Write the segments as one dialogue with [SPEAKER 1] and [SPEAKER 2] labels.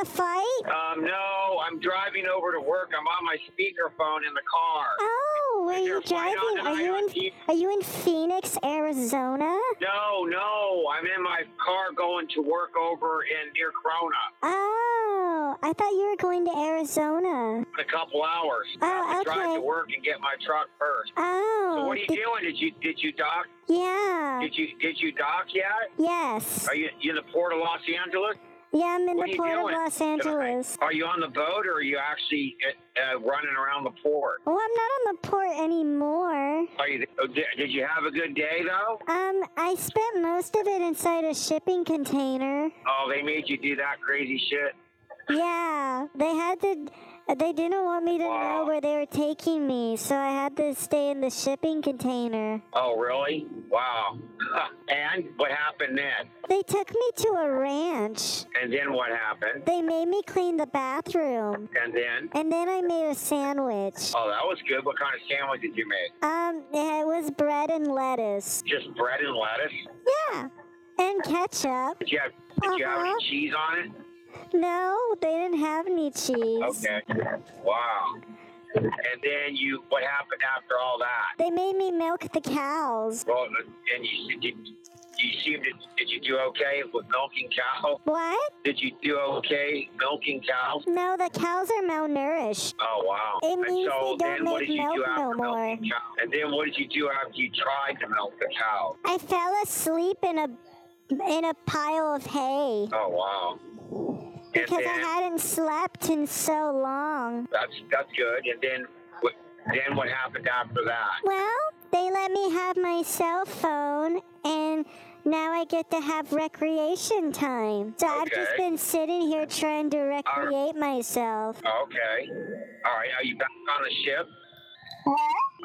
[SPEAKER 1] a fight?
[SPEAKER 2] Um, no, I'm driving over to work. I'm on my speakerphone in the car.
[SPEAKER 1] Oh, where are
[SPEAKER 2] Is there
[SPEAKER 1] you
[SPEAKER 2] a fight on
[SPEAKER 1] driving? Are you
[SPEAKER 2] tonight on
[SPEAKER 1] in
[SPEAKER 2] TV?
[SPEAKER 1] Are you in Phoenix, Arizona?
[SPEAKER 2] No, no, I'm in my car going to work over in near Corona.
[SPEAKER 1] Oh, I thought you were going to Arizona.
[SPEAKER 2] In a couple hours. I have to
[SPEAKER 1] Oh,
[SPEAKER 2] drive
[SPEAKER 1] okay.
[SPEAKER 2] to work and get my truck first.
[SPEAKER 1] Oh,
[SPEAKER 2] So what are you
[SPEAKER 1] did-
[SPEAKER 2] doing? Did you did you dock?
[SPEAKER 1] yeah.
[SPEAKER 2] Did you did you dock yet?
[SPEAKER 1] Yes.
[SPEAKER 2] Are you you in the port of Los Angeles?
[SPEAKER 1] Yeah, I'm in
[SPEAKER 2] What are
[SPEAKER 1] the
[SPEAKER 2] you
[SPEAKER 1] port of
[SPEAKER 2] doing?
[SPEAKER 1] Los
[SPEAKER 2] tonight?
[SPEAKER 1] Angeles.
[SPEAKER 2] Are you on the boat or are you actually uh, uh, running around the port?
[SPEAKER 1] Well, I'm not on the port anymore.
[SPEAKER 2] Are you? oh, Did did you have a good day though?
[SPEAKER 1] Um, I spent most of it inside a shipping container.
[SPEAKER 2] Oh, they made you do that crazy shit.
[SPEAKER 1] Yeah, they had to. They didn't want me to
[SPEAKER 2] Wow.
[SPEAKER 1] know where they were taking me, so I had to stay in the shipping container.
[SPEAKER 2] Oh, really? Wow. and what happened then?
[SPEAKER 1] They took me to a ranch.
[SPEAKER 2] And then what happened?
[SPEAKER 1] They made me clean the bathroom,
[SPEAKER 2] And then?
[SPEAKER 1] and then I made a sandwich.
[SPEAKER 2] Oh, that was good. What kind of sandwich did you make?
[SPEAKER 1] Um, it was bread and lettuce.
[SPEAKER 2] Just bread and lettuce?
[SPEAKER 1] Yeah, and ketchup.
[SPEAKER 2] Did you have, did you have
[SPEAKER 1] Uh-huh.
[SPEAKER 2] any cheese on it?
[SPEAKER 1] No, they didn't have any cheese.
[SPEAKER 2] Okay. Wow. And then you, what happened after all that?
[SPEAKER 1] They made me milk the cows.
[SPEAKER 2] Well, and you, did you, you seemed to, did you do okay with milking cow?
[SPEAKER 1] What?
[SPEAKER 2] Did you do okay milking cows?
[SPEAKER 1] No, the cows are malnourished.
[SPEAKER 2] Oh wow!
[SPEAKER 1] It
[SPEAKER 2] and
[SPEAKER 1] means
[SPEAKER 2] so
[SPEAKER 1] they don't
[SPEAKER 2] then, what
[SPEAKER 1] make
[SPEAKER 2] did you do
[SPEAKER 1] milk
[SPEAKER 2] after
[SPEAKER 1] no
[SPEAKER 2] milking
[SPEAKER 1] more.
[SPEAKER 2] cow? And then, what did you do after you tried to milk the cow?
[SPEAKER 1] I fell asleep in a in a pile of hay
[SPEAKER 2] Oh wow! And
[SPEAKER 1] because I
[SPEAKER 2] then,
[SPEAKER 1] hadn't slept in so long.
[SPEAKER 2] that's that's good. And then, what, then what happened after that?
[SPEAKER 1] Well, they let me have my cell phone and now I get to have recreation time. So I've just
[SPEAKER 2] Okay.
[SPEAKER 1] been sitting here trying to recreate myself.
[SPEAKER 2] Okay. All right. Are you back on the ship?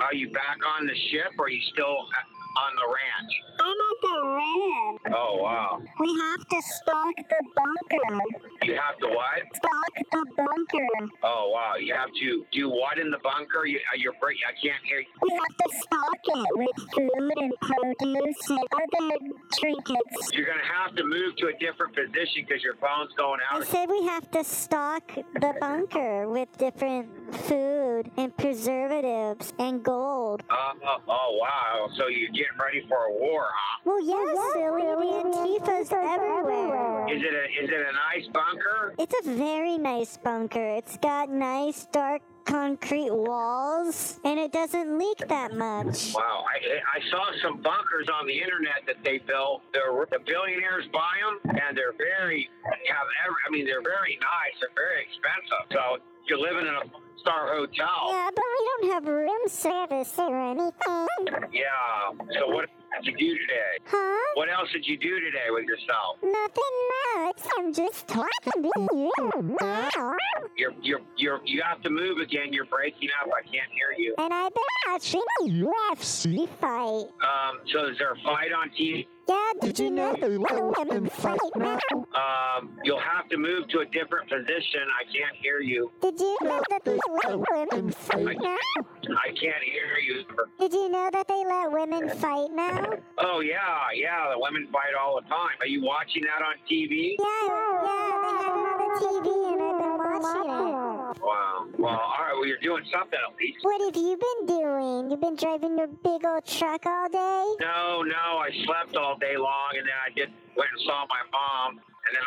[SPEAKER 2] Are you back on the ship, or are you still a- on the ranch?
[SPEAKER 1] I'm at the land.
[SPEAKER 2] Oh wow!
[SPEAKER 1] We have to stock the bunker.
[SPEAKER 2] You have to what?
[SPEAKER 1] Stock the bunker.
[SPEAKER 2] Oh wow! You have to do what in the bunker? You, uh, you're break. I can't hear. you.
[SPEAKER 1] We have to stock it with food and produce and other trinkets.
[SPEAKER 2] You're gonna have to move to a different position because your phone's going out.
[SPEAKER 1] I said we have to stock the bunker with different food and preservatives and gold.
[SPEAKER 2] Uh, oh, oh wow! So you're getting ready for a war, huh?
[SPEAKER 1] Well, yes, silly. The Antifa's everywhere.
[SPEAKER 2] Is it a is it a nice bunker?
[SPEAKER 1] It's a very nice bunker. It's got nice, dark concrete walls, and it doesn't leak that much.
[SPEAKER 2] Wow! I I saw some bunkers on the internet that they built. They're, the billionaires buy them, and they're very have every. I mean, they're very nice. They're very expensive. So you're living in a star hotel.
[SPEAKER 1] Yeah, but we don't have room service or anything.
[SPEAKER 2] Yeah. So what did you do today?
[SPEAKER 1] Huh?
[SPEAKER 2] What else did you do today with yourself?
[SPEAKER 1] Nothing much. I'm just talking to you now.
[SPEAKER 2] You're you're you're you have to move again. You're breaking up. I can't hear you.
[SPEAKER 1] And I've been watching a UFC fight.
[SPEAKER 2] Um. So is there a fight on TV?
[SPEAKER 1] Yeah, did you know the women fight now?
[SPEAKER 2] Um, you'll have to move to a different position. I can't hear you.
[SPEAKER 1] Did you know that they let women fight now?
[SPEAKER 2] I can't hear you.
[SPEAKER 1] Did you know that they let women fight now?
[SPEAKER 2] Oh yeah, yeah. The women fight all the time. Are you watching that on TV?
[SPEAKER 1] Yeah, yeah, they had it on the TV and I've been watching it.
[SPEAKER 2] Wow. Well, all right. Well, you're doing something at least.
[SPEAKER 1] What have you been doing? You've been driving your big old truck all day?
[SPEAKER 2] No, no. I slept all day long, and then I did went and saw my mom, and then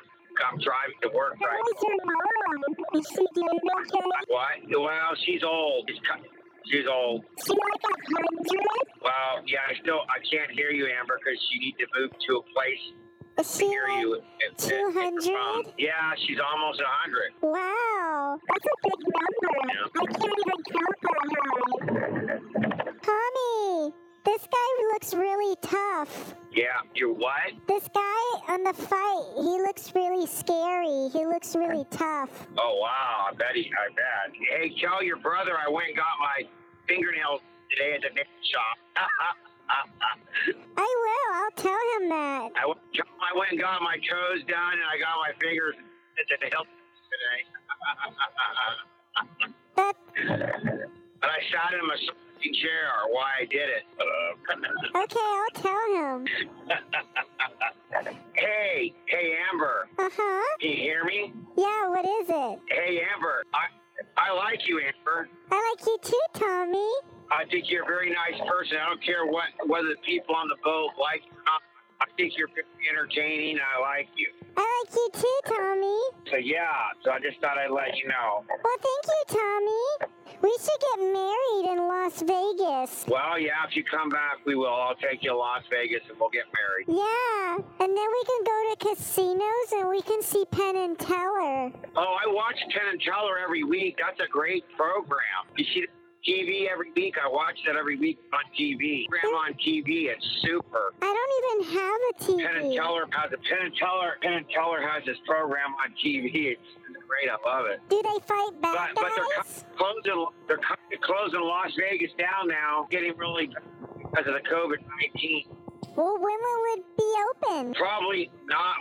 [SPEAKER 2] I'm driving to work right.
[SPEAKER 1] your mom? Is she doing okay?
[SPEAKER 2] What? Well, she's old. She's cu- she's old.
[SPEAKER 1] She like a hundred?
[SPEAKER 2] Well, yeah. I still I can't hear you, Amber, because you need to move to a place
[SPEAKER 1] Is
[SPEAKER 2] to hear you. at- at- at your
[SPEAKER 1] 200?
[SPEAKER 2] phone. Yeah, she's almost a hundred.
[SPEAKER 1] Wow, that's a big number. I can't even count that high. Tommy, this guy looks really tough.
[SPEAKER 2] Yeah, you're what?
[SPEAKER 1] This guy on the fight, he looks really scary. He looks really tough.
[SPEAKER 2] Oh wow, I bet he, I bet. Hey, tell your brother I went and got my fingernails today at the nail shop.
[SPEAKER 1] I will. I'll tell him that.
[SPEAKER 2] I, went- I went and got my toes done, and I got my fingers at the nail today.
[SPEAKER 1] That
[SPEAKER 2] and I sat in my fucking chair. Why I did it? Uh,
[SPEAKER 1] okay. I'll tell him.
[SPEAKER 2] hey, hey Amber.
[SPEAKER 1] Uh huh.
[SPEAKER 2] Can you hear me?
[SPEAKER 1] Yeah, what is it?
[SPEAKER 2] Hey, Amber. I I like you, Amber.
[SPEAKER 1] I like you too, Tommy.
[SPEAKER 2] I think you're a very nice person. I don't care what whether the people on the boat like you or not. I think you're very entertaining. I like you.
[SPEAKER 1] I like you too, Tommy.
[SPEAKER 2] So yeah. So I just thought I'd let you know.
[SPEAKER 1] Well, thank you, Tommy. We should get married in Las Vegas.
[SPEAKER 2] Well, yeah. If you come back, we will. I'll take you to Las Vegas and we'll get married.
[SPEAKER 1] Yeah, and then we can go to casinos and we can see Penn and Teller.
[SPEAKER 2] Oh, I watch Penn and Teller every week. That's a great program. You see TV every week. I watch that every week on TV. Program on TV. It's super.
[SPEAKER 1] I don't even have a
[SPEAKER 2] Penn and
[SPEAKER 1] TV.
[SPEAKER 2] Teller has a Penn and Teller. Penn and Teller has this program on TV. It's great. I love it.
[SPEAKER 1] Do they fight
[SPEAKER 2] But
[SPEAKER 1] bad
[SPEAKER 2] but they're
[SPEAKER 1] guys?
[SPEAKER 2] cu- closing. They're cu- closing Las Vegas down now. Getting really because of the COVID nineteen.
[SPEAKER 1] Well, when will it be open?
[SPEAKER 2] Probably not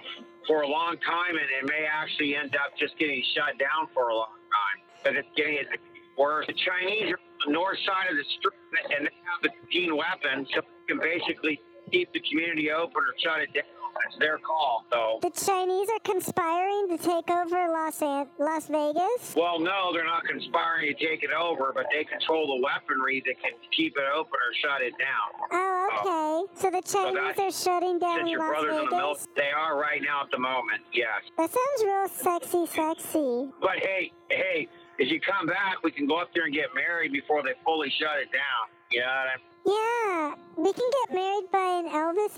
[SPEAKER 2] for a long time, and it may actually end up just getting shut down for a long time. But it's getting it's worse. The Chinese are on the north side of the street, and they have the keen weapons, so they can basically keep the community open or shut it down. That's their call. So,
[SPEAKER 1] The Chinese are conspiring to take over Los An- Las Vegas.
[SPEAKER 2] well, no, they're not conspiring to take it over, but they control the weaponry that can keep it open or shut it down.
[SPEAKER 1] Oh, okay. So the Chinese
[SPEAKER 2] that-
[SPEAKER 1] are shutting down
[SPEAKER 2] Since your
[SPEAKER 1] Las
[SPEAKER 2] brother's in the
[SPEAKER 1] Vegas.
[SPEAKER 2] military, they are right now at the moment. Yes.
[SPEAKER 1] That sounds real sexy, sexy.
[SPEAKER 2] But hey, hey, if you come back, we can go up there and get married before they fully shut it down. You know what I mean?
[SPEAKER 1] Yeah, we can get married by an Elvis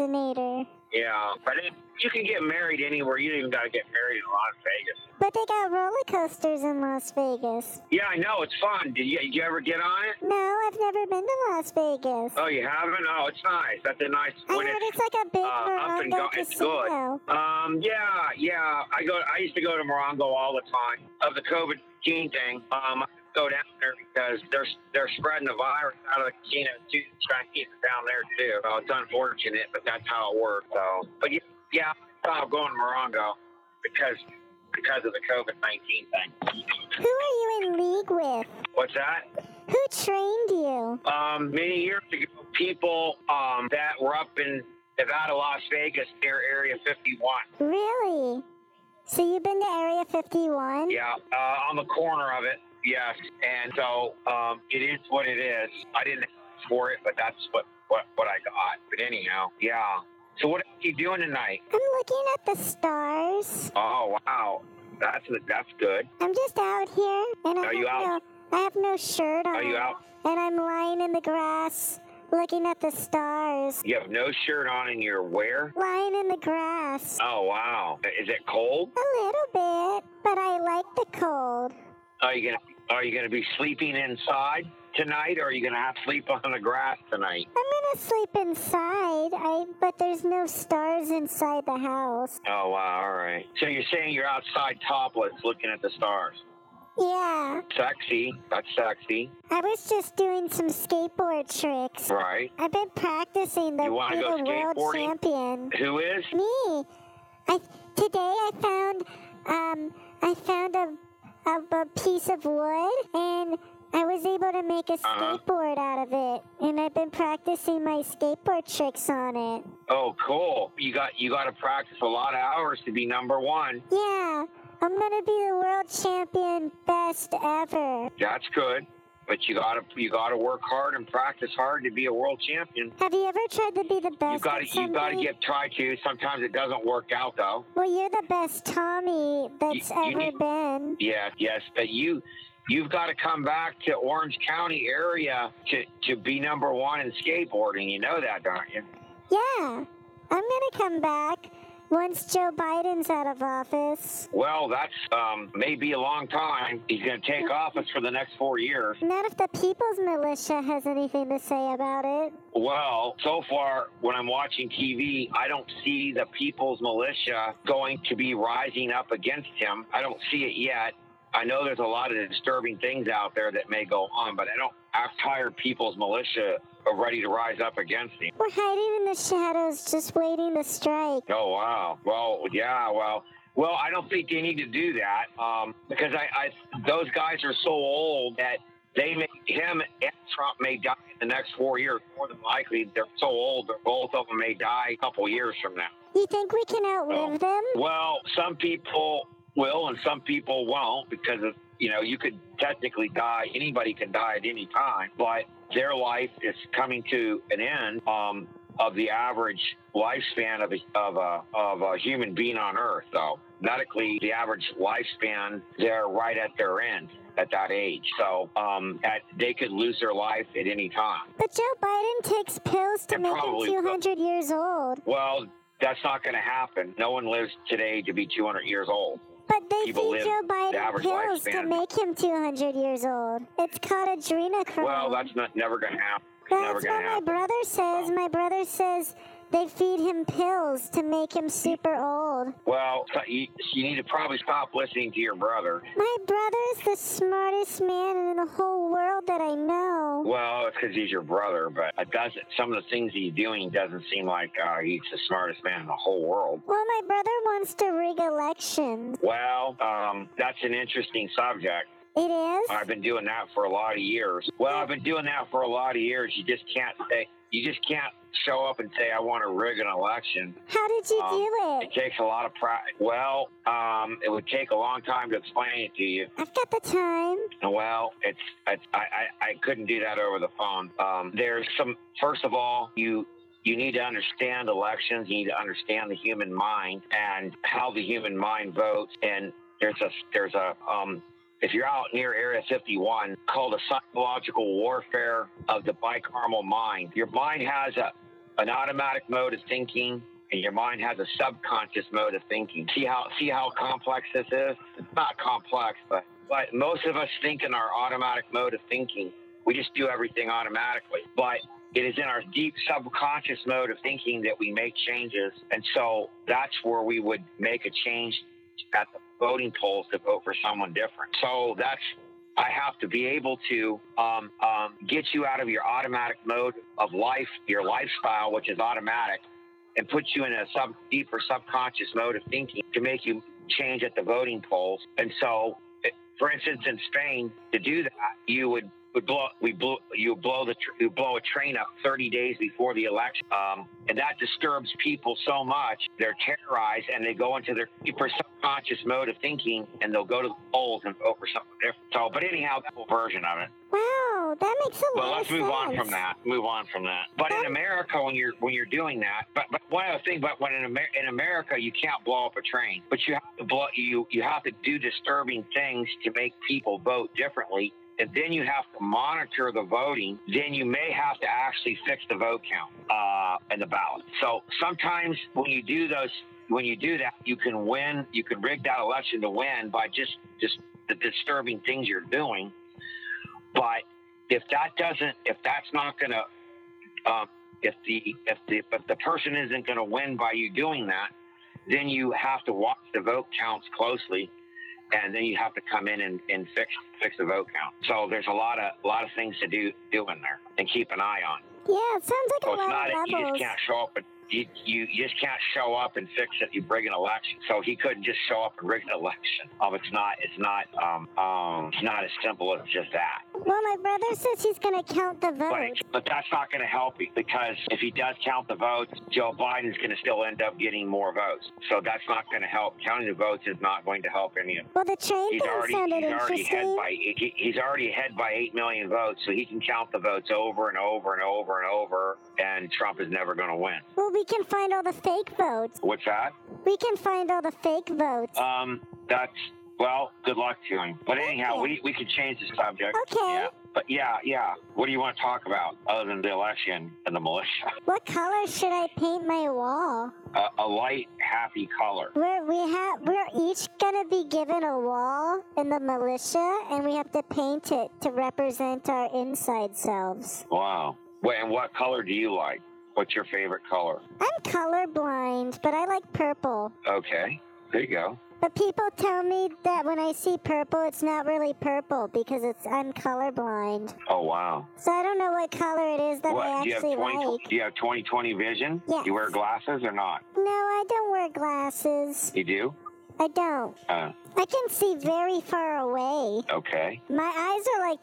[SPEAKER 1] impersonator.
[SPEAKER 2] Yeah. But it, you can get married anywhere. You don't even got to get married in Las Vegas.
[SPEAKER 1] But they got roller coasters in Las Vegas.
[SPEAKER 2] Yeah, I know. It's fun. Did you, did you ever get on it?
[SPEAKER 1] No, I've never been to Las Vegas.
[SPEAKER 2] Oh, you haven't? Oh, it's nice. That's a nice
[SPEAKER 1] I
[SPEAKER 2] when
[SPEAKER 1] heard
[SPEAKER 2] it's
[SPEAKER 1] it's like a big
[SPEAKER 2] uh, up and
[SPEAKER 1] Morongo
[SPEAKER 2] go- it's good.
[SPEAKER 1] casino.
[SPEAKER 2] Um, yeah, yeah. I go. I used to go to Morongo all the time. Of the COVID nineteen thing, um, I go down there because they're they're spreading the virus out of the casino too, trying to keep it down there too. So it's unfortunate, but that's how it works. So, but yeah, yeah, I thought of going to Morongo because because of the COVID nineteen thing.
[SPEAKER 1] Who are you in league with?
[SPEAKER 2] What's that?
[SPEAKER 1] Who trained you?
[SPEAKER 2] Um, many years ago, people um, that were up in Nevada, Las Vegas, near Area fifty one.
[SPEAKER 1] Really? So you've been to Area 51?
[SPEAKER 2] Yeah, uh, on the corner of it. Yes, and so um, it is what it is. I didn't ask for it, but that's what what what I got. But anyhow, yeah. So what are you doing tonight?
[SPEAKER 1] I'm looking at the stars.
[SPEAKER 2] Oh wow, that's that's good.
[SPEAKER 1] I'm just out here, and I
[SPEAKER 2] Are
[SPEAKER 1] have
[SPEAKER 2] you
[SPEAKER 1] no,
[SPEAKER 2] out?
[SPEAKER 1] I have no shirt on.
[SPEAKER 2] Are you out?
[SPEAKER 1] And I'm lying in the grass, looking at the stars.
[SPEAKER 2] You have no shirt on and you're where?
[SPEAKER 1] Lying in the grass.
[SPEAKER 2] Oh wow, is it cold?
[SPEAKER 1] A little bit, but I like the cold.
[SPEAKER 2] Are you gonna Are you gonna be sleeping inside tonight, or are you gonna have to sleep on the grass tonight?
[SPEAKER 1] I'm gonna sleep inside, I but there's no stars inside the house.
[SPEAKER 2] Oh wow, all right. So you're saying you're outside topless, looking at the stars.
[SPEAKER 1] Yeah,
[SPEAKER 2] Sexy. That's sexy.
[SPEAKER 1] I was just doing some skateboard tricks.
[SPEAKER 2] Right.
[SPEAKER 1] I've been practicing the,
[SPEAKER 2] You wanna
[SPEAKER 1] be
[SPEAKER 2] go
[SPEAKER 1] the world
[SPEAKER 2] skateboarding?
[SPEAKER 1] champion.
[SPEAKER 2] Who is?
[SPEAKER 1] Me, I today I found um I found a a, a piece of wood and. I was able to make a
[SPEAKER 2] Uh-huh.
[SPEAKER 1] skateboard out of it, and I've been practicing my skateboard tricks on it.
[SPEAKER 2] Oh, cool. You got you got to practice a lot of hours to be number one.
[SPEAKER 1] Yeah, I'm gonna be the world champion, best ever.
[SPEAKER 2] That's good. But you got to you got to work hard and practice hard to be a world champion.
[SPEAKER 1] Have you ever tried to be the best?
[SPEAKER 2] You got to
[SPEAKER 1] at
[SPEAKER 2] you got to
[SPEAKER 1] something?
[SPEAKER 2] get try to. Sometimes it doesn't work out though.
[SPEAKER 1] Well, you're the best Tommy that's
[SPEAKER 2] You- you
[SPEAKER 1] ever
[SPEAKER 2] need-
[SPEAKER 1] been.
[SPEAKER 2] Yeah, yes, but you you've got to come back to Orange County area to to be number one in skateboarding. You know that, don't you?
[SPEAKER 1] Yeah, I'm gonna come back once Joe Biden's out of office.
[SPEAKER 2] Well, that's um maybe a long time. He's going to take office for the next 4 years.
[SPEAKER 1] Not if the People's Militia has anything to say about it.
[SPEAKER 2] Well, so far, when I'm watching TV, I don't see the people's militia going to be rising up against him. I don't see it yet. I know there's a lot of disturbing things out there that may go on, but I don't. I've tired people's militia are ready to rise up against him.
[SPEAKER 1] We're hiding in the shadows, just waiting to strike.
[SPEAKER 2] Oh wow. Well, yeah. Well, well. I don't think they need to do that um, because I, I those guys are so old that They may, him and Trump may die in the next four years. More than likely, they're so old that both of them may die a couple years from now.
[SPEAKER 1] You think we can outlive them?
[SPEAKER 2] Well, some people will and some people won't because of, you know you could technically die. Anybody can die at any time, but their life is coming to an end um, of the average lifespan of a, of a of a human being on Earth. So medically, the average lifespan they're right at their end at that age. So um, at, they could lose their life at any time.
[SPEAKER 1] But Joe Biden takes pills to
[SPEAKER 2] It
[SPEAKER 1] make him
[SPEAKER 2] probably
[SPEAKER 1] 200 years old.
[SPEAKER 2] Well, that's not going to happen. No one lives today to be 200 years old.
[SPEAKER 1] But they
[SPEAKER 2] People
[SPEAKER 1] feed
[SPEAKER 2] live
[SPEAKER 1] Joe
[SPEAKER 2] the
[SPEAKER 1] Biden
[SPEAKER 2] average
[SPEAKER 1] pills to
[SPEAKER 2] lifespan.
[SPEAKER 1] make him 200 years old. It's called adrenochrome.
[SPEAKER 2] Well, that's not never going to happen. It's never
[SPEAKER 1] That's
[SPEAKER 2] going
[SPEAKER 1] what
[SPEAKER 2] to
[SPEAKER 1] my
[SPEAKER 2] happen.
[SPEAKER 1] brother says. My brother says they feed him pills to make him super old.
[SPEAKER 2] Well, so you, you need to probably stop listening to your brother.
[SPEAKER 1] My brother's the smartest man in the whole world that I know.
[SPEAKER 2] Well, it's because he's your brother, but it doesn't. Some of the things he's doing doesn't seem like uh, he's the smartest man in the whole world.
[SPEAKER 1] Well, my brother wants to rig elections.
[SPEAKER 2] Well, um, that's an interesting subject.
[SPEAKER 1] It is?
[SPEAKER 2] I've been doing that for a lot of years. Well, I've been doing that for a lot of years. You just can't say. You just can't show up and say I want to rig an election.
[SPEAKER 1] How did you
[SPEAKER 2] Um,
[SPEAKER 1] do
[SPEAKER 2] It
[SPEAKER 1] it?
[SPEAKER 2] takes a lot of pride. Well, um, it would take a long time to explain it to you.
[SPEAKER 1] I've got the time.
[SPEAKER 2] Well, it's, it's I, I, I couldn't do that over the phone. Um, there's some. First of all, you you need to understand elections. You need to understand the human mind and how the human mind votes. And there's a there's a um, if you're out near Area 51, called a psychological warfare of the bicameral mind. Your mind has a an automatic mode of thinking. And your mind has a subconscious mode of thinking. See how see how complex this is? It's not complex, but but most of us think in our automatic mode of thinking. We just do everything automatically. But it is in our deep subconscious mode of thinking that we make changes. And so that's where we would make a change at the voting polls to vote for someone different. So that's, I have to be able to um, um, get you out of your automatic mode of life, your lifestyle, which is automatic, and put you in a sub deeper subconscious mode of thinking to make you change at the voting polls. And so, it- for instance, in Spain, to do that, you would would blow we blew you blow the tr- you blow a train up 30 days before the election, um, and that disturbs people so much they're terrorized and they go into their deeper subconscious mode of thinking and they'll go to the polls and vote for something different. So, but anyhow, that's a version of it.
[SPEAKER 1] Wow, that makes a
[SPEAKER 2] Well,
[SPEAKER 1] lot
[SPEAKER 2] let's
[SPEAKER 1] of
[SPEAKER 2] move on
[SPEAKER 1] sense.
[SPEAKER 2] from that. Move on from that. But in America, when you're when you're doing that, but, but one other thing, but when in, Amer- in America, you can't blow up a train, but you have to blow you you have to do disturbing things to make people vote differently, and then you have to monitor the voting. Then you may have to actually fix the vote count uh, and the ballot. So sometimes when you do those. When you do that, you can win. You can rig that election to win by just just the disturbing things you're doing. But if that doesn't, if that's not gonna, um, if the if the if the person isn't gonna win by you doing that, then you have to watch the vote counts closely, and then you have to come in and, and fix fix the vote count. So there's a lot of a lot of things to do do in there and keep an eye on.
[SPEAKER 1] Yeah, it sounds like
[SPEAKER 2] So
[SPEAKER 1] a
[SPEAKER 2] it's
[SPEAKER 1] lot
[SPEAKER 2] not
[SPEAKER 1] of
[SPEAKER 2] you
[SPEAKER 1] levels.
[SPEAKER 2] just can't show up and. You, you you just can't show up and fix it. You bring an election, so he couldn't just show up and rig an election. Um, it's not it's not um um it's not as simple as just that.
[SPEAKER 1] Well, my brother says he's going to count the
[SPEAKER 2] But,
[SPEAKER 1] votes.
[SPEAKER 2] but that's not going to help you because if he does count the votes, Joe Biden's going to still end up getting more votes. So that's not going to help. Counting the votes is not going to help any of them.
[SPEAKER 1] Well, the train
[SPEAKER 2] He's
[SPEAKER 1] thing
[SPEAKER 2] already
[SPEAKER 1] sounded
[SPEAKER 2] he's already ahead
[SPEAKER 1] interesting.
[SPEAKER 2] by he- he's already ahead by eight million votes, so he can count the votes over and over and over and over, and Trump is never going to win.
[SPEAKER 1] Well, we can find all the fake votes.
[SPEAKER 2] What's that?
[SPEAKER 1] We can find all the fake votes.
[SPEAKER 2] Um, that's well, good luck to him. But anyhow, we we could change the subject.
[SPEAKER 1] Okay.
[SPEAKER 2] Yeah. But yeah, yeah. What do you want to talk about other than the election and the militia?
[SPEAKER 1] What color should I paint my wall?
[SPEAKER 2] a, a light, happy color.
[SPEAKER 1] We're we have we're each gonna be given a wall in the militia, and we have to paint it to represent our inside selves.
[SPEAKER 2] Wow. Wait, and what color do you like? What's your favorite color?
[SPEAKER 1] I'm colorblind, but I like purple.
[SPEAKER 2] Okay, there you go.
[SPEAKER 1] But people tell me that when I see purple, it's not really purple because it's I'm colorblind.
[SPEAKER 2] Oh wow.
[SPEAKER 1] So I don't know what color it is that I
[SPEAKER 2] what do you have?
[SPEAKER 1] actually
[SPEAKER 2] 20,
[SPEAKER 1] like.
[SPEAKER 2] Do you have 20/20 vision?
[SPEAKER 1] Yes.
[SPEAKER 2] You wear glasses or not?
[SPEAKER 1] No, I don't wear glasses.
[SPEAKER 2] You do?
[SPEAKER 1] I don't.
[SPEAKER 2] Uh,
[SPEAKER 1] I can see very far away.
[SPEAKER 2] okay.
[SPEAKER 1] My eyes are like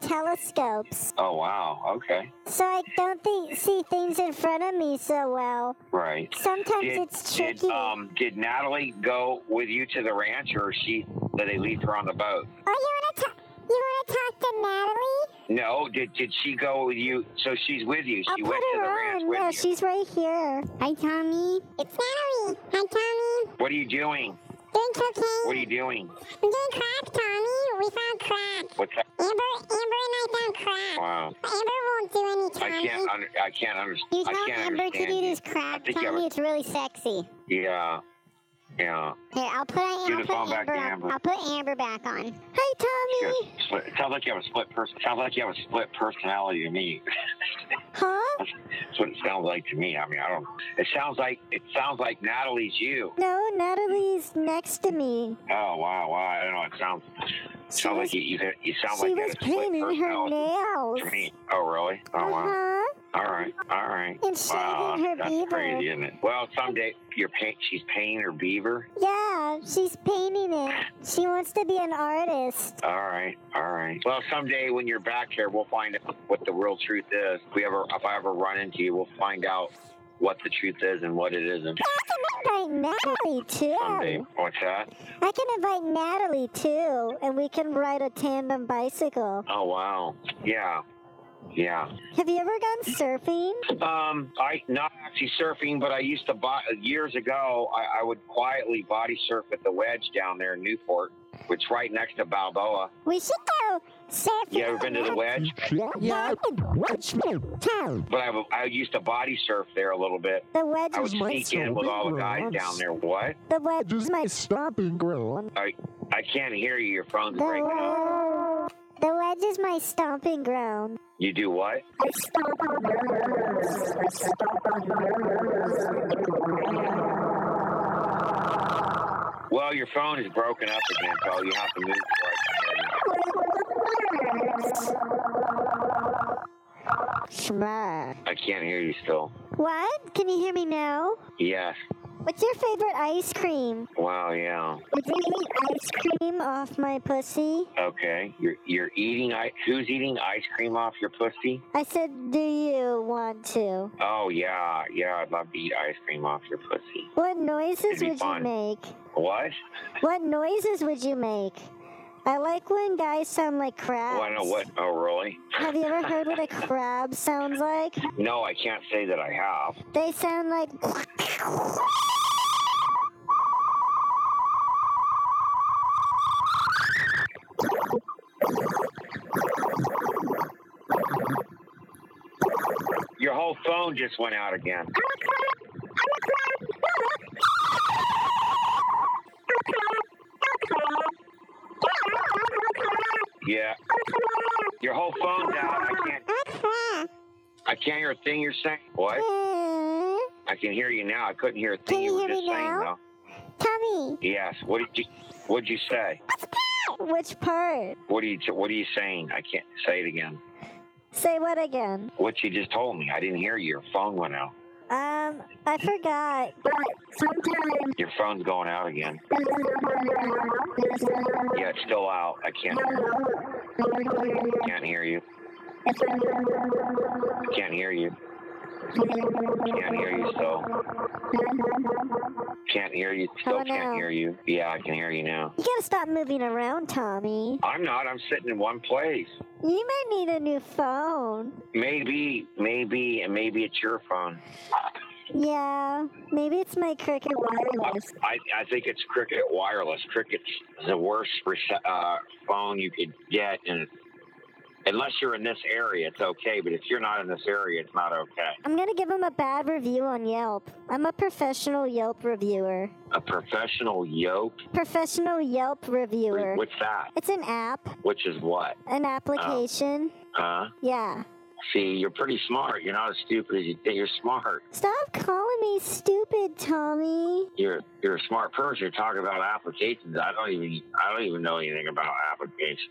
[SPEAKER 1] telescopes,
[SPEAKER 2] Oh wow. Okay.
[SPEAKER 1] so I don't thi- see things in front of me so well.
[SPEAKER 2] Right.
[SPEAKER 1] Sometimes
[SPEAKER 2] Did,
[SPEAKER 1] it's tricky.
[SPEAKER 2] did um did Natalie go with you to the ranch or she did they leave her on the boat?
[SPEAKER 1] oh, you wanna talk? You wanna talk to Natalie?
[SPEAKER 2] No, did did she go with you? So she's with you.
[SPEAKER 1] I'll
[SPEAKER 2] She
[SPEAKER 1] put
[SPEAKER 2] went to the
[SPEAKER 1] her
[SPEAKER 2] ranch
[SPEAKER 1] on.
[SPEAKER 2] with
[SPEAKER 1] Yeah,
[SPEAKER 2] you.
[SPEAKER 1] she's right here. Hi, Tommy. It's Natalie. Hi, Tommy.
[SPEAKER 2] What are you doing?
[SPEAKER 1] Doing cocaine.
[SPEAKER 2] What are you doing?
[SPEAKER 1] I'm doing crack, Tommy. We found crack.
[SPEAKER 2] What's that?
[SPEAKER 1] Amber, Amber and I found crack.
[SPEAKER 2] Wow.
[SPEAKER 1] Amber won't do any
[SPEAKER 2] I
[SPEAKER 1] Tommy.
[SPEAKER 2] can't under, I can't understand.
[SPEAKER 1] you
[SPEAKER 2] I
[SPEAKER 1] tell
[SPEAKER 2] can't
[SPEAKER 1] Amber to
[SPEAKER 2] understand
[SPEAKER 1] do
[SPEAKER 2] you.
[SPEAKER 1] this crack,
[SPEAKER 2] I think you have
[SPEAKER 1] Tommy. It's really sexy.
[SPEAKER 2] Yeah. Yeah.
[SPEAKER 1] Here, I'll put, on,
[SPEAKER 2] Give
[SPEAKER 1] I'll
[SPEAKER 2] the
[SPEAKER 1] put
[SPEAKER 2] phone
[SPEAKER 1] Amber,
[SPEAKER 2] back to
[SPEAKER 1] on-
[SPEAKER 2] Amber.
[SPEAKER 1] I'll put Amber back on. Hi,
[SPEAKER 2] Good.
[SPEAKER 1] Tommy.
[SPEAKER 2] Split. Sounds like you have a split person. Sounds like you have a split personality to me.
[SPEAKER 1] Huh?
[SPEAKER 2] That's what it sounds like to me. I mean, I don't. It sounds like it sounds like Natalie's you.
[SPEAKER 1] No, Natalie's next to me.
[SPEAKER 2] Oh wow, wow. I don't know. It sounds
[SPEAKER 1] She
[SPEAKER 2] sounds
[SPEAKER 1] was,
[SPEAKER 2] like you. You, you sound
[SPEAKER 1] she
[SPEAKER 2] like you
[SPEAKER 1] was
[SPEAKER 2] have a split
[SPEAKER 1] painting her
[SPEAKER 2] personality
[SPEAKER 1] nails.
[SPEAKER 2] to me. Oh really?
[SPEAKER 1] Uh
[SPEAKER 2] Oh wow.
[SPEAKER 1] huh.
[SPEAKER 2] All right. All right.
[SPEAKER 1] And shaving
[SPEAKER 2] Wow,
[SPEAKER 1] her
[SPEAKER 2] that's
[SPEAKER 1] beaver.
[SPEAKER 2] crazy, isn't it? Well, someday you're paint. She's painting her beaver.
[SPEAKER 1] Yeah, she's painting it. She wants to be an artist.
[SPEAKER 2] All right, all right. Well, someday when you're back here, we'll find out what the real truth is. If we ever, if I ever run into you, we'll find out what the truth is and what it isn't.
[SPEAKER 1] I can invite Natalie too.
[SPEAKER 2] Someday. What's that?
[SPEAKER 1] I can invite Natalie too, and we can ride a tandem bicycle.
[SPEAKER 2] Oh wow. Yeah. Yeah.
[SPEAKER 1] Have you ever gone surfing?
[SPEAKER 2] Um, I not actually surfing, but I used to buy years ago. I, I would quietly body surf at the Wedge down there in Newport, which is right next to Balboa.
[SPEAKER 1] We should go surfing.
[SPEAKER 2] You ever been to the Wedge?
[SPEAKER 3] Yeah,
[SPEAKER 2] But I, I used to body surf there a little bit.
[SPEAKER 1] The wedge.
[SPEAKER 2] I would
[SPEAKER 3] my
[SPEAKER 2] sneak in with all the guys
[SPEAKER 3] surveillance.
[SPEAKER 2] down there. What?
[SPEAKER 1] The wedge
[SPEAKER 3] just
[SPEAKER 1] is my.
[SPEAKER 3] stopping ground.
[SPEAKER 2] I can't hear you. Your phone's
[SPEAKER 1] The
[SPEAKER 2] breaking up.
[SPEAKER 1] wedge. The wedge is my stomping ground.
[SPEAKER 2] You do what? Well, your phone is broken up again, so you have to move right
[SPEAKER 1] Schmuck.
[SPEAKER 2] I can't hear you still.
[SPEAKER 1] What? Can you hear me now?
[SPEAKER 2] Yes.
[SPEAKER 1] What's your favorite ice cream?
[SPEAKER 2] Wow. Yeah.
[SPEAKER 1] Would you eat ice cream off my pussy?
[SPEAKER 2] Okay. You're you're eating. I- Who's eating ice cream off your pussy?
[SPEAKER 1] I said, do you want to?
[SPEAKER 2] Oh yeah, yeah. I'd love to eat ice cream off your pussy.
[SPEAKER 1] What noises
[SPEAKER 2] It'd be
[SPEAKER 1] would
[SPEAKER 2] fun.
[SPEAKER 1] you make?
[SPEAKER 2] What?
[SPEAKER 1] What noises would you make? I like when guys sound like crabs.
[SPEAKER 2] Oh, I know what. Oh, really?
[SPEAKER 1] Have you ever heard what a crab sounds like?
[SPEAKER 2] No, I can't say that I have.
[SPEAKER 1] They sound like.
[SPEAKER 2] Your whole phone just went out again. Yeah. Your whole phone's out. I can't. I can't hear a thing you're saying. What?
[SPEAKER 1] "Eh,
[SPEAKER 2] I can hear you now. I couldn't hear a thing
[SPEAKER 1] Can you
[SPEAKER 2] were
[SPEAKER 1] hear
[SPEAKER 2] just
[SPEAKER 1] me
[SPEAKER 2] saying though.
[SPEAKER 1] now? Tommy,
[SPEAKER 2] Yes. What did you? What'd you say?
[SPEAKER 1] which part?
[SPEAKER 2] What are you? What are you saying? I can't say it again.
[SPEAKER 1] Say what again?
[SPEAKER 2] What you just told me. I didn't hear you. Your phone went out.
[SPEAKER 1] Um, I forgot. But sometimes.
[SPEAKER 2] Your phone's going out again. Yeah, it's still out. I can't. Can't hear you. Can't hear you. Can't hear you still. Can't hear you. Still
[SPEAKER 1] Oh,
[SPEAKER 2] can't
[SPEAKER 1] no.
[SPEAKER 2] hear you. Yeah, I can hear you now.
[SPEAKER 1] You gotta stop moving around, Tommy.
[SPEAKER 2] I'm not. I'm sitting in one place.
[SPEAKER 1] You might need a new phone.
[SPEAKER 2] Maybe, maybe, and maybe it's your phone.
[SPEAKER 1] Yeah, maybe it's my Cricket Wireless.
[SPEAKER 2] I, I think it's Cricket Wireless. Cricket's the worst rece- uh, phone you could get, and unless you're in this area, it's okay. But if you're not in this area, it's not okay.
[SPEAKER 1] I'm gonna give him a bad review on Yelp. I'm a professional Yelp reviewer.
[SPEAKER 2] A professional Yelp.
[SPEAKER 1] Professional Yelp reviewer.
[SPEAKER 2] What's that?
[SPEAKER 1] It's an app,
[SPEAKER 2] Which is what?
[SPEAKER 1] an application.
[SPEAKER 2] Huh?
[SPEAKER 1] Yeah.
[SPEAKER 2] See, you're pretty smart. You're not as stupid as you think. You're smart.
[SPEAKER 1] Stop calling me stupid, Tommy.
[SPEAKER 2] You're you're a smart person. You're talking about applications. I don't even I don't even know anything about applications.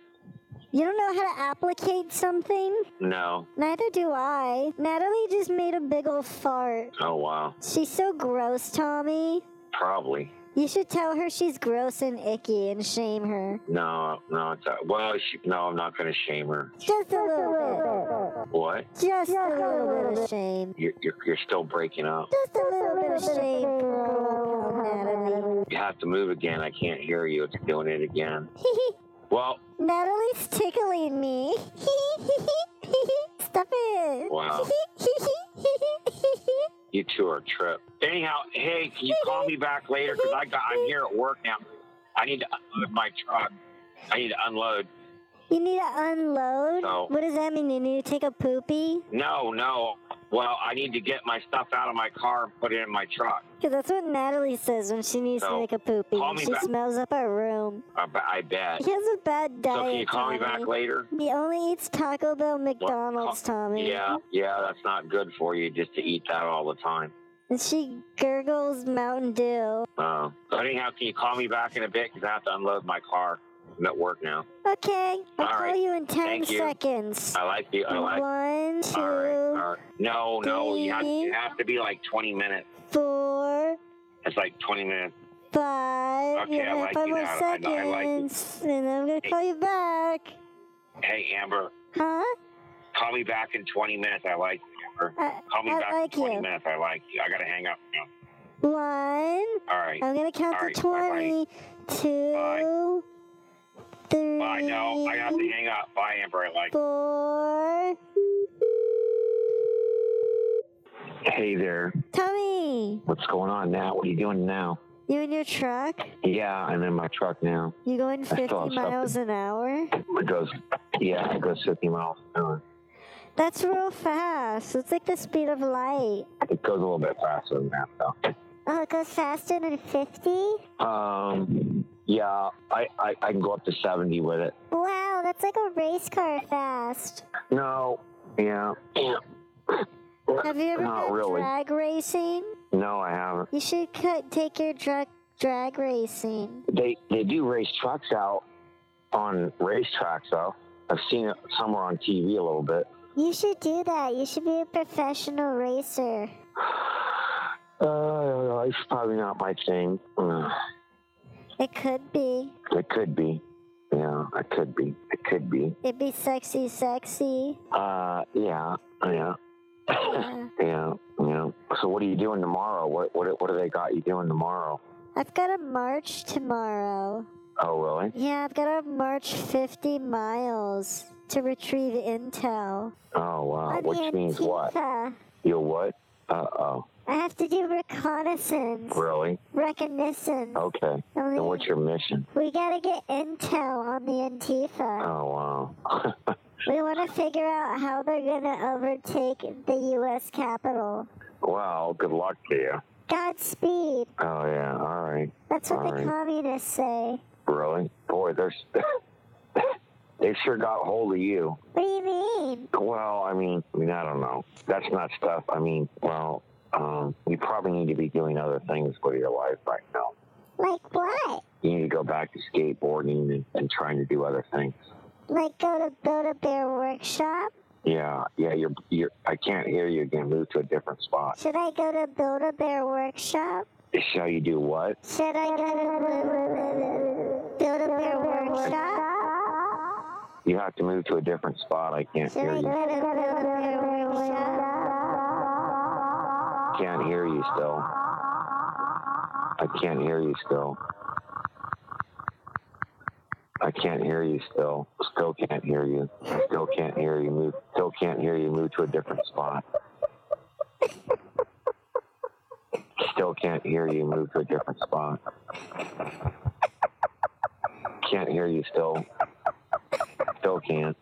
[SPEAKER 1] You don't know how to applicate something?
[SPEAKER 2] No.
[SPEAKER 1] Neither do I. Natalie just made a big ol' fart.
[SPEAKER 2] Oh wow.
[SPEAKER 1] She's so gross, Tommy.
[SPEAKER 2] Probably.
[SPEAKER 1] You should tell her she's gross and icky and shame her.
[SPEAKER 2] No, no, it's not. Well, she, no, I'm not going to shame her.
[SPEAKER 1] Just a little
[SPEAKER 2] What?
[SPEAKER 1] bit. Just a little bit of shame.
[SPEAKER 2] You're, you're, you're still breaking up.
[SPEAKER 1] Just a little bit of shame for all of Natalie.
[SPEAKER 2] You have to move again. I can't hear you. It's doing it again. Well,
[SPEAKER 1] Natalie's tickling me. Stop it.
[SPEAKER 2] Wow. you two are a trip. Anyhow, hey, can you call me back later? Because I got, I'm here at work now. I need to unload my truck. I need to unload.
[SPEAKER 1] you need to unload?
[SPEAKER 2] No.
[SPEAKER 1] What does that mean? You need to take a poopy?
[SPEAKER 2] No, no. Well, I need to get my stuff out of my car and put it in my truck.
[SPEAKER 1] Because that's what Natalie says when she needs to
[SPEAKER 2] No.
[SPEAKER 1] make a poopy.
[SPEAKER 2] Call me
[SPEAKER 1] she
[SPEAKER 2] back.
[SPEAKER 1] smells up our room.
[SPEAKER 2] I, b- I bet.
[SPEAKER 1] He has a bad
[SPEAKER 2] So
[SPEAKER 1] diet.
[SPEAKER 2] can you call me back
[SPEAKER 1] Tommy.
[SPEAKER 2] later?
[SPEAKER 1] He only eats Taco Bell, McDonald's, Tommy.
[SPEAKER 2] Yeah, yeah, that's not good for you just to eat that all the time.
[SPEAKER 1] And she gurgles Mountain Dew.
[SPEAKER 2] Uh, so anyhow, can you call me back in a bit? Because I have to unload my car. I'm at work now.
[SPEAKER 1] Okay, I'll
[SPEAKER 2] All
[SPEAKER 1] call
[SPEAKER 2] right.
[SPEAKER 1] you in 10
[SPEAKER 2] Thank you.
[SPEAKER 1] seconds.
[SPEAKER 2] I like you. I like.
[SPEAKER 1] One, two,
[SPEAKER 2] All right, all right. No, no, you have, it has to be like 20 minutes.
[SPEAKER 1] four,
[SPEAKER 2] It's like 20 minutes.
[SPEAKER 1] five.
[SPEAKER 2] Okay,
[SPEAKER 1] you
[SPEAKER 2] I
[SPEAKER 1] have
[SPEAKER 2] like
[SPEAKER 1] five
[SPEAKER 2] you
[SPEAKER 1] more
[SPEAKER 2] now. I
[SPEAKER 1] seconds,
[SPEAKER 2] know- I like you.
[SPEAKER 1] and I'm gonna call you back.
[SPEAKER 2] Hey, Amber,
[SPEAKER 1] Huh?
[SPEAKER 2] call me back in 20 minutes. I like you, Amber.
[SPEAKER 1] I,
[SPEAKER 2] Call me
[SPEAKER 1] I
[SPEAKER 2] back
[SPEAKER 1] like
[SPEAKER 2] in 20
[SPEAKER 1] you.
[SPEAKER 2] minutes. I like you. I got to hang up now.
[SPEAKER 1] one.
[SPEAKER 2] All right.
[SPEAKER 1] I'm gonna count
[SPEAKER 2] All
[SPEAKER 1] to
[SPEAKER 2] right, bye-bye.
[SPEAKER 1] twenty. Two, three,
[SPEAKER 2] Bye. No, I have to hang up. Bye, Amber. I like
[SPEAKER 1] four.
[SPEAKER 2] Hey there.
[SPEAKER 1] Tommy,
[SPEAKER 2] What's going on now? What are you doing now?
[SPEAKER 1] you in your truck?
[SPEAKER 2] Yeah, I'm in my truck now.
[SPEAKER 1] You going
[SPEAKER 2] still
[SPEAKER 1] 50
[SPEAKER 2] have
[SPEAKER 1] miles an hour?
[SPEAKER 2] It goes, yeah, it goes 50 miles an hour.
[SPEAKER 1] That's real fast. It's like the speed of light.
[SPEAKER 2] It goes a little bit faster than that, though.
[SPEAKER 1] Oh, it goes faster than 50?
[SPEAKER 2] Um, yeah, I, I, I can go up to 70 with it.
[SPEAKER 1] Wow, that's like a race car fast.
[SPEAKER 2] No, yeah,
[SPEAKER 1] Have you ever
[SPEAKER 2] Not
[SPEAKER 1] done
[SPEAKER 2] really.
[SPEAKER 1] drag racing?
[SPEAKER 2] no, I haven't.
[SPEAKER 1] You should cut, take your drag drag racing.
[SPEAKER 2] They they do race trucks out on racetracks, though. I've seen it somewhere on TV a little bit.
[SPEAKER 1] You should do that. You should be a professional racer.
[SPEAKER 2] Uh, I don't know, it's probably not my thing. Ugh,
[SPEAKER 1] It could be.
[SPEAKER 2] It could be. Yeah, it could be. It could be.
[SPEAKER 1] It'd be sexy, sexy. Uh,
[SPEAKER 2] Uh, yeah, yeah,
[SPEAKER 1] Yeah.
[SPEAKER 2] yeah, yeah. So what are you doing tomorrow? What what what do they got you doing tomorrow?
[SPEAKER 1] I've got a march tomorrow.
[SPEAKER 2] Oh, really?
[SPEAKER 1] Yeah, I've got to march 50 miles to retrieve intel.
[SPEAKER 2] Oh, wow.
[SPEAKER 1] I'm
[SPEAKER 2] Which means what?
[SPEAKER 1] Antifa.
[SPEAKER 2] You'll what? Uh oh.
[SPEAKER 1] I have to do reconnaissance,
[SPEAKER 2] Really?
[SPEAKER 1] reconnaissance.
[SPEAKER 2] Okay.
[SPEAKER 1] Only
[SPEAKER 2] Oh, And what's your mission?
[SPEAKER 1] we gotta get intel on the Antifa.
[SPEAKER 2] Oh, wow.
[SPEAKER 1] We want to figure out how they're gonna overtake the U.S. Capitol.
[SPEAKER 2] wow. Good luck to you.
[SPEAKER 1] Godspeed.
[SPEAKER 2] Oh yeah, all right.
[SPEAKER 1] That's what the
[SPEAKER 2] Alright.
[SPEAKER 1] communists say.
[SPEAKER 2] Really? Boy, there's they sure got hold of you.
[SPEAKER 1] What do you mean?
[SPEAKER 2] Well, I mean, I mean, I don't know. That's not stuff. I mean, well, um, you probably need to be doing other things with your life right now.
[SPEAKER 1] Like what?
[SPEAKER 2] You need to go back to skateboarding and, and trying to do other things.
[SPEAKER 1] Like go to go to their workshop?
[SPEAKER 2] Yeah, yeah. You're, you're. I can't hear you again. Move to a different spot.
[SPEAKER 1] Should I go to build a bear workshop?
[SPEAKER 2] Shall you do what?
[SPEAKER 1] Should I go to build a bear workshop?
[SPEAKER 2] You have to move to a different spot. I can't
[SPEAKER 1] Should
[SPEAKER 2] hear
[SPEAKER 1] I go to
[SPEAKER 2] you.
[SPEAKER 1] build a bear workshop?
[SPEAKER 2] Can't hear you still. I can't hear you still. I can't hear you still. Still can't hear you. Still can't hear you. Move. Still can't hear you. Move to a different spot. Still can't hear you. Move to a different spot. Can't hear you still. Still can't.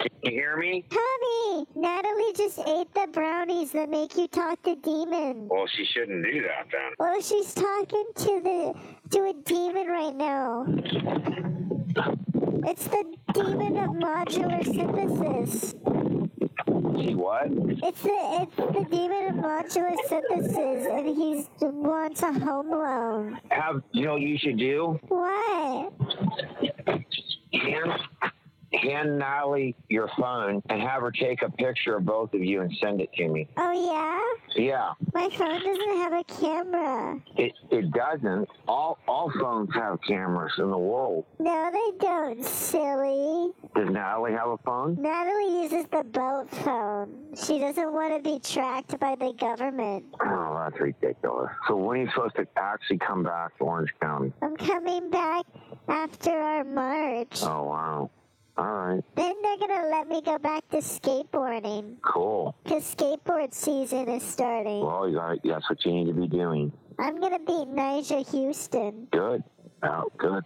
[SPEAKER 2] Can you hear me?
[SPEAKER 1] Tommy, Natalie just ate the brownies that make you talk to demons.
[SPEAKER 2] Well, she shouldn't do that then.
[SPEAKER 1] Well, she's talking to the to a demon right now. It's the demon of modular synthesis.
[SPEAKER 2] She what?
[SPEAKER 1] It's the it's the demon of modular synthesis, and he wants a home loan.
[SPEAKER 2] Have you know what you should do?
[SPEAKER 1] What?
[SPEAKER 2] Hand, hand Natalie your phone and have her take a picture of both of you and send it to me.
[SPEAKER 1] Oh, yeah?
[SPEAKER 2] Yeah,
[SPEAKER 1] My phone doesn't have a camera.
[SPEAKER 2] it, it doesn't. All all phones have cameras in the world.
[SPEAKER 1] No, they don't, silly.
[SPEAKER 2] Does Natalie have a phone?
[SPEAKER 1] Natalie uses the boat phone. She doesn't want to be tracked by the government.
[SPEAKER 2] Oh, that's ridiculous. So when are you supposed to actually come back to Orange County?
[SPEAKER 1] I'm coming back after our march.
[SPEAKER 2] Oh wow. All right.
[SPEAKER 1] Then they're going to let me go back to skateboarding
[SPEAKER 2] Cool.
[SPEAKER 1] because skateboard season is starting.
[SPEAKER 2] Well, you got, that's what you need to be doing.
[SPEAKER 1] I'm going to beat Nigel Houston.
[SPEAKER 2] Good. Oh, good.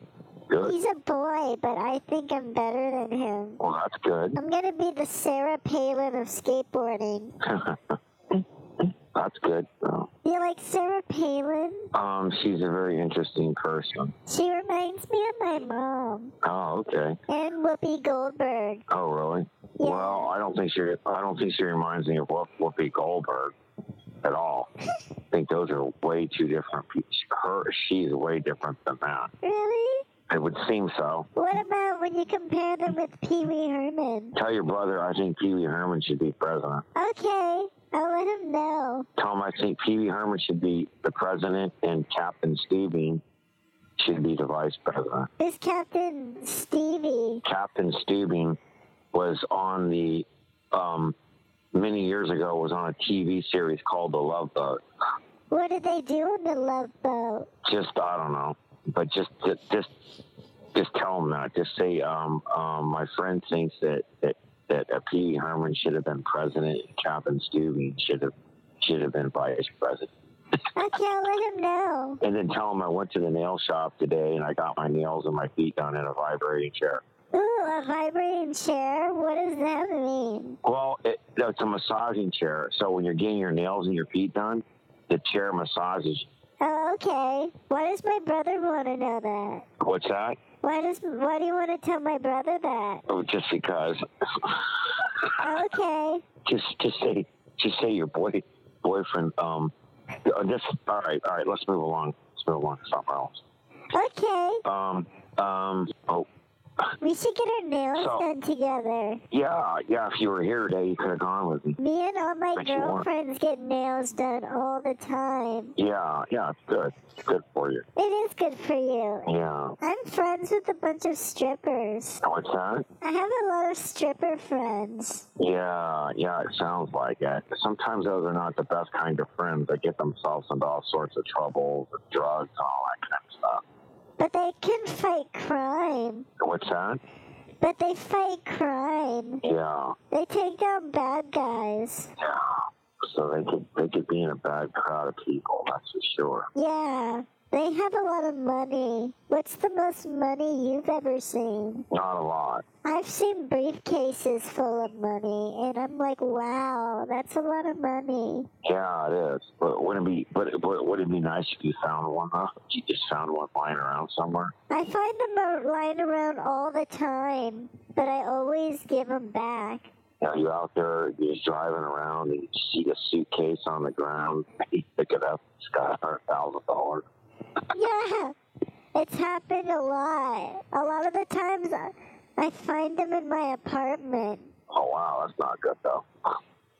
[SPEAKER 2] Good.
[SPEAKER 1] He's a boy, but I think I'm better than him.
[SPEAKER 2] Well, that's good.
[SPEAKER 1] I'm going to be the Sarah Palin of skateboarding.
[SPEAKER 2] That's good. Oh.
[SPEAKER 1] You like Sarah Palin?
[SPEAKER 2] Um, she's a very interesting person.
[SPEAKER 1] She reminds me of my mom
[SPEAKER 2] Oh, okay.
[SPEAKER 1] and Whoopi Goldberg.
[SPEAKER 2] Oh, really?
[SPEAKER 1] Yeah.
[SPEAKER 2] Well, I don't think she. I don't think she reminds me of Whoop, Whoopi Goldberg at all. I think those are way too different. pe- Her, she's way different than that.
[SPEAKER 1] Really?
[SPEAKER 2] It would seem so.
[SPEAKER 1] What about when you compare them with Pee Wee Herman?
[SPEAKER 2] Tell your brother I think Pee Wee Herman should be president.
[SPEAKER 1] Okay, I'll let him know.
[SPEAKER 2] Tell him I think Pee Wee Herman should be the president and Captain Stevie should be the vice president.
[SPEAKER 1] This Captain Stevie.
[SPEAKER 2] Captain Steubing was on the um, many years ago was on a TV series called The Love Boat.
[SPEAKER 1] What did they do on the love boat?
[SPEAKER 2] Just I don't know, but just ju- just just tell them that. Just say um, um, my friend thinks that that that a Pee Wee Herman should have been president, and Captain Steubing should have should have been vice president.
[SPEAKER 1] Okay, I'll let him know.
[SPEAKER 2] And then tell him I went to the nail shop today and I got my nails and my feet done in a vibrating chair.
[SPEAKER 1] Ooh, a vibrating chair? What does that mean?
[SPEAKER 2] Well, it, it's a massaging chair. So when you're getting your nails and your feet done, the chair massages.
[SPEAKER 1] Oh, okay. Why does my brother want to know that?
[SPEAKER 2] What's that?
[SPEAKER 1] Why does why do you want to tell my brother that?
[SPEAKER 2] Oh, just because.
[SPEAKER 1] Okay.
[SPEAKER 2] Just, just say, just say your boy, boyfriend. Um, uh, just all right, all right. Let's move along. Let's move along to something else.
[SPEAKER 1] Okay.
[SPEAKER 2] Um, um. Oh,
[SPEAKER 1] We should get our nails
[SPEAKER 2] So-
[SPEAKER 1] done together.
[SPEAKER 2] yeah, yeah. If you were here today, you could have gone with me.
[SPEAKER 1] Me and all my
[SPEAKER 2] What you want?
[SPEAKER 1] girlfriends get nails done all the time.
[SPEAKER 2] Yeah, yeah. It's good. It's good for you.
[SPEAKER 1] It is good for you.
[SPEAKER 2] Yeah.
[SPEAKER 1] I'm friends with a bunch of strippers.
[SPEAKER 2] What's that?
[SPEAKER 1] I have a lot of stripper friends.
[SPEAKER 2] Yeah, yeah, it sounds like it. Sometimes those are not the best kind of friends. They get themselves into all sorts of trouble with drugs and all that kind of stuff.
[SPEAKER 1] But they can fight crime.
[SPEAKER 2] What's that?
[SPEAKER 1] But they fight crime.
[SPEAKER 2] Yeah,
[SPEAKER 1] They take down bad guys.
[SPEAKER 2] yeah. So they could they could be in a bad crowd of people. That's for sure.
[SPEAKER 1] Yeah. They have a lot of money. What's the most money you've ever seen?
[SPEAKER 2] Not a lot.
[SPEAKER 1] I've seen briefcases full of money, and I'm like, wow, that's a lot of money.
[SPEAKER 2] Yeah, it is. But wouldn't it be but it- but would it be nice if you found one? Huh? If You just found one lying around somewhere.
[SPEAKER 1] I find them out- lying around all the time, but I always give them back.
[SPEAKER 2] You know, you're out there, you're just driving around, and you see a suitcase on the ground. You pick it up. It's got a hundred thousand dollars.
[SPEAKER 1] Yeah, it's happened a lot. A lot of the times I- I find them in my apartment.
[SPEAKER 2] Oh wow, that's not good though.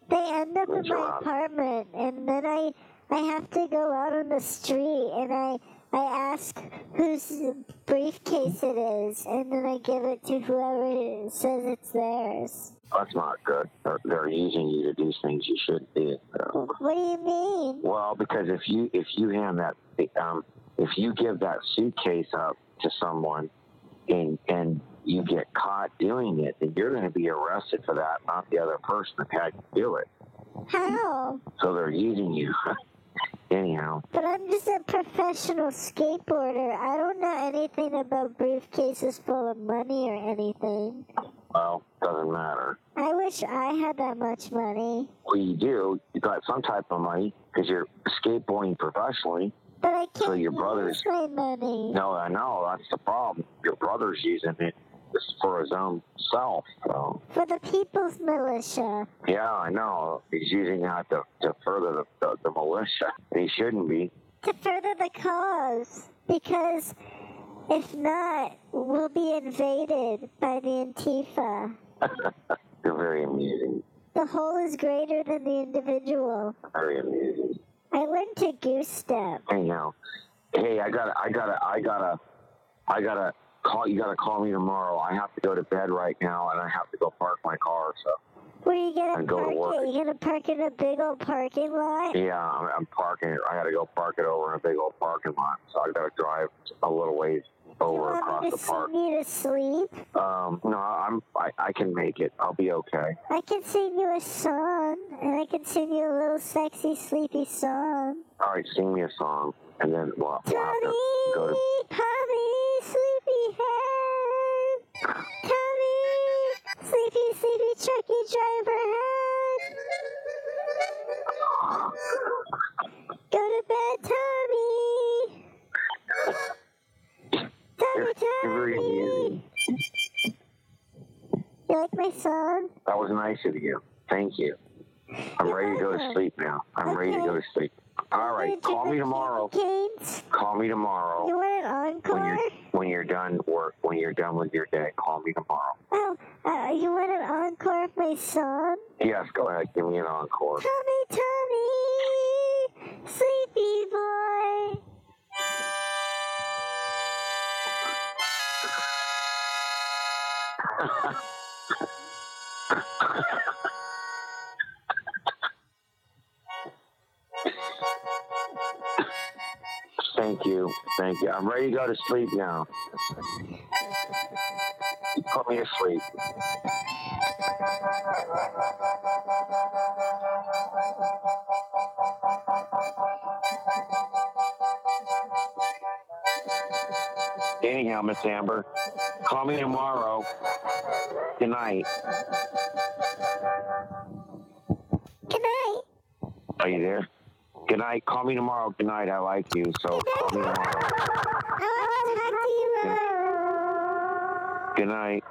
[SPEAKER 1] They end up in
[SPEAKER 2] Where's your
[SPEAKER 1] my
[SPEAKER 2] aunt?
[SPEAKER 1] apartment, and then I, I have to go out on the street and I, I ask whose briefcase it is, and then I give it to whoever says it's theirs.
[SPEAKER 2] That's not good. They're, they're using you to do things you shouldn't do. So-
[SPEAKER 1] What do you mean?
[SPEAKER 2] Well, because if you if you hand that um, if you give that suitcase up to someone and and you get caught doing it, then you're going to be arrested for that, not the other person that had to do it.
[SPEAKER 1] How?
[SPEAKER 2] So they're using you. Anyhow,
[SPEAKER 1] But I'm just a professional skateboarder. I don't know anything about briefcases full of money or anything.
[SPEAKER 2] well, doesn't matter.
[SPEAKER 1] I wish I had that much money,
[SPEAKER 2] Well, you do. You got some type of money because you're skateboarding professionally.
[SPEAKER 1] but I can't
[SPEAKER 2] So your
[SPEAKER 1] use
[SPEAKER 2] brother's-
[SPEAKER 1] my money.
[SPEAKER 2] No, I know that's the problem. Your brother's using it just for his own self. So
[SPEAKER 1] For the people's militia.
[SPEAKER 2] yeah, I know he's using that to, to further the, the, the militia. He shouldn't be.
[SPEAKER 1] to further the cause because If not, we'll be invaded by the Antifa.
[SPEAKER 2] You're very amusing.
[SPEAKER 1] The whole is greater than the individual.
[SPEAKER 2] Very amusing.
[SPEAKER 1] I learned to goose step.
[SPEAKER 2] Hey now, hey, I gotta, I gotta, I gotta, I gotta call. You gotta call me tomorrow. I have to go to bed right now, and I have to go park my car. So
[SPEAKER 1] Where you gonna
[SPEAKER 2] And go to
[SPEAKER 1] park
[SPEAKER 2] work.
[SPEAKER 1] it? You gonna park in a big old parking lot?
[SPEAKER 2] yeah, I'm, I'm parking it. I gotta go park it over in a big old parking lot. So I gotta drive a little ways
[SPEAKER 1] You
[SPEAKER 2] over
[SPEAKER 1] want me
[SPEAKER 2] across
[SPEAKER 1] to
[SPEAKER 2] the park.
[SPEAKER 1] sing you to sleep?
[SPEAKER 2] Um, no, I'm, I, I can make it. I'll be okay.
[SPEAKER 1] I can sing you a song, and I can sing you a little sexy, sleepy song.
[SPEAKER 2] All right, sing me a song, and then we'll, we'll have
[SPEAKER 1] Tommy,
[SPEAKER 2] to go to.
[SPEAKER 1] Tommy, sleepy head. Tommy, sleepy, sleepy trucky driver head. Go to bed, Tommy. Tommy,
[SPEAKER 2] You're very
[SPEAKER 1] Tommy.
[SPEAKER 2] amusing.
[SPEAKER 1] You like my song?
[SPEAKER 2] That was nice of you. Thank you. I'm ready to go to sleep now. I'm ready to go to sleep. All right,
[SPEAKER 1] Did you
[SPEAKER 2] call me
[SPEAKER 1] like
[SPEAKER 2] tomorrow.
[SPEAKER 1] Candy Canes?
[SPEAKER 2] Call me tomorrow
[SPEAKER 1] You want an
[SPEAKER 2] when you're
[SPEAKER 1] encore?
[SPEAKER 2] when you're done work. When you're done with your day, call me tomorrow.
[SPEAKER 1] Oh, uh, you want an encore of my song?
[SPEAKER 2] Yes, go ahead. Give me an encore.
[SPEAKER 1] Tummy, tummy, sleepy boy.
[SPEAKER 2] Thank you. Thank you. I'm ready to go to sleep now. Put me to sleep. Anyhow, Miss Amber, call me tomorrow. Good night.
[SPEAKER 1] Good night.
[SPEAKER 2] Are you there? Good night. Call me tomorrow. Good night. I like you. So call me tomorrow.
[SPEAKER 1] I want to talk to you.
[SPEAKER 2] Good night.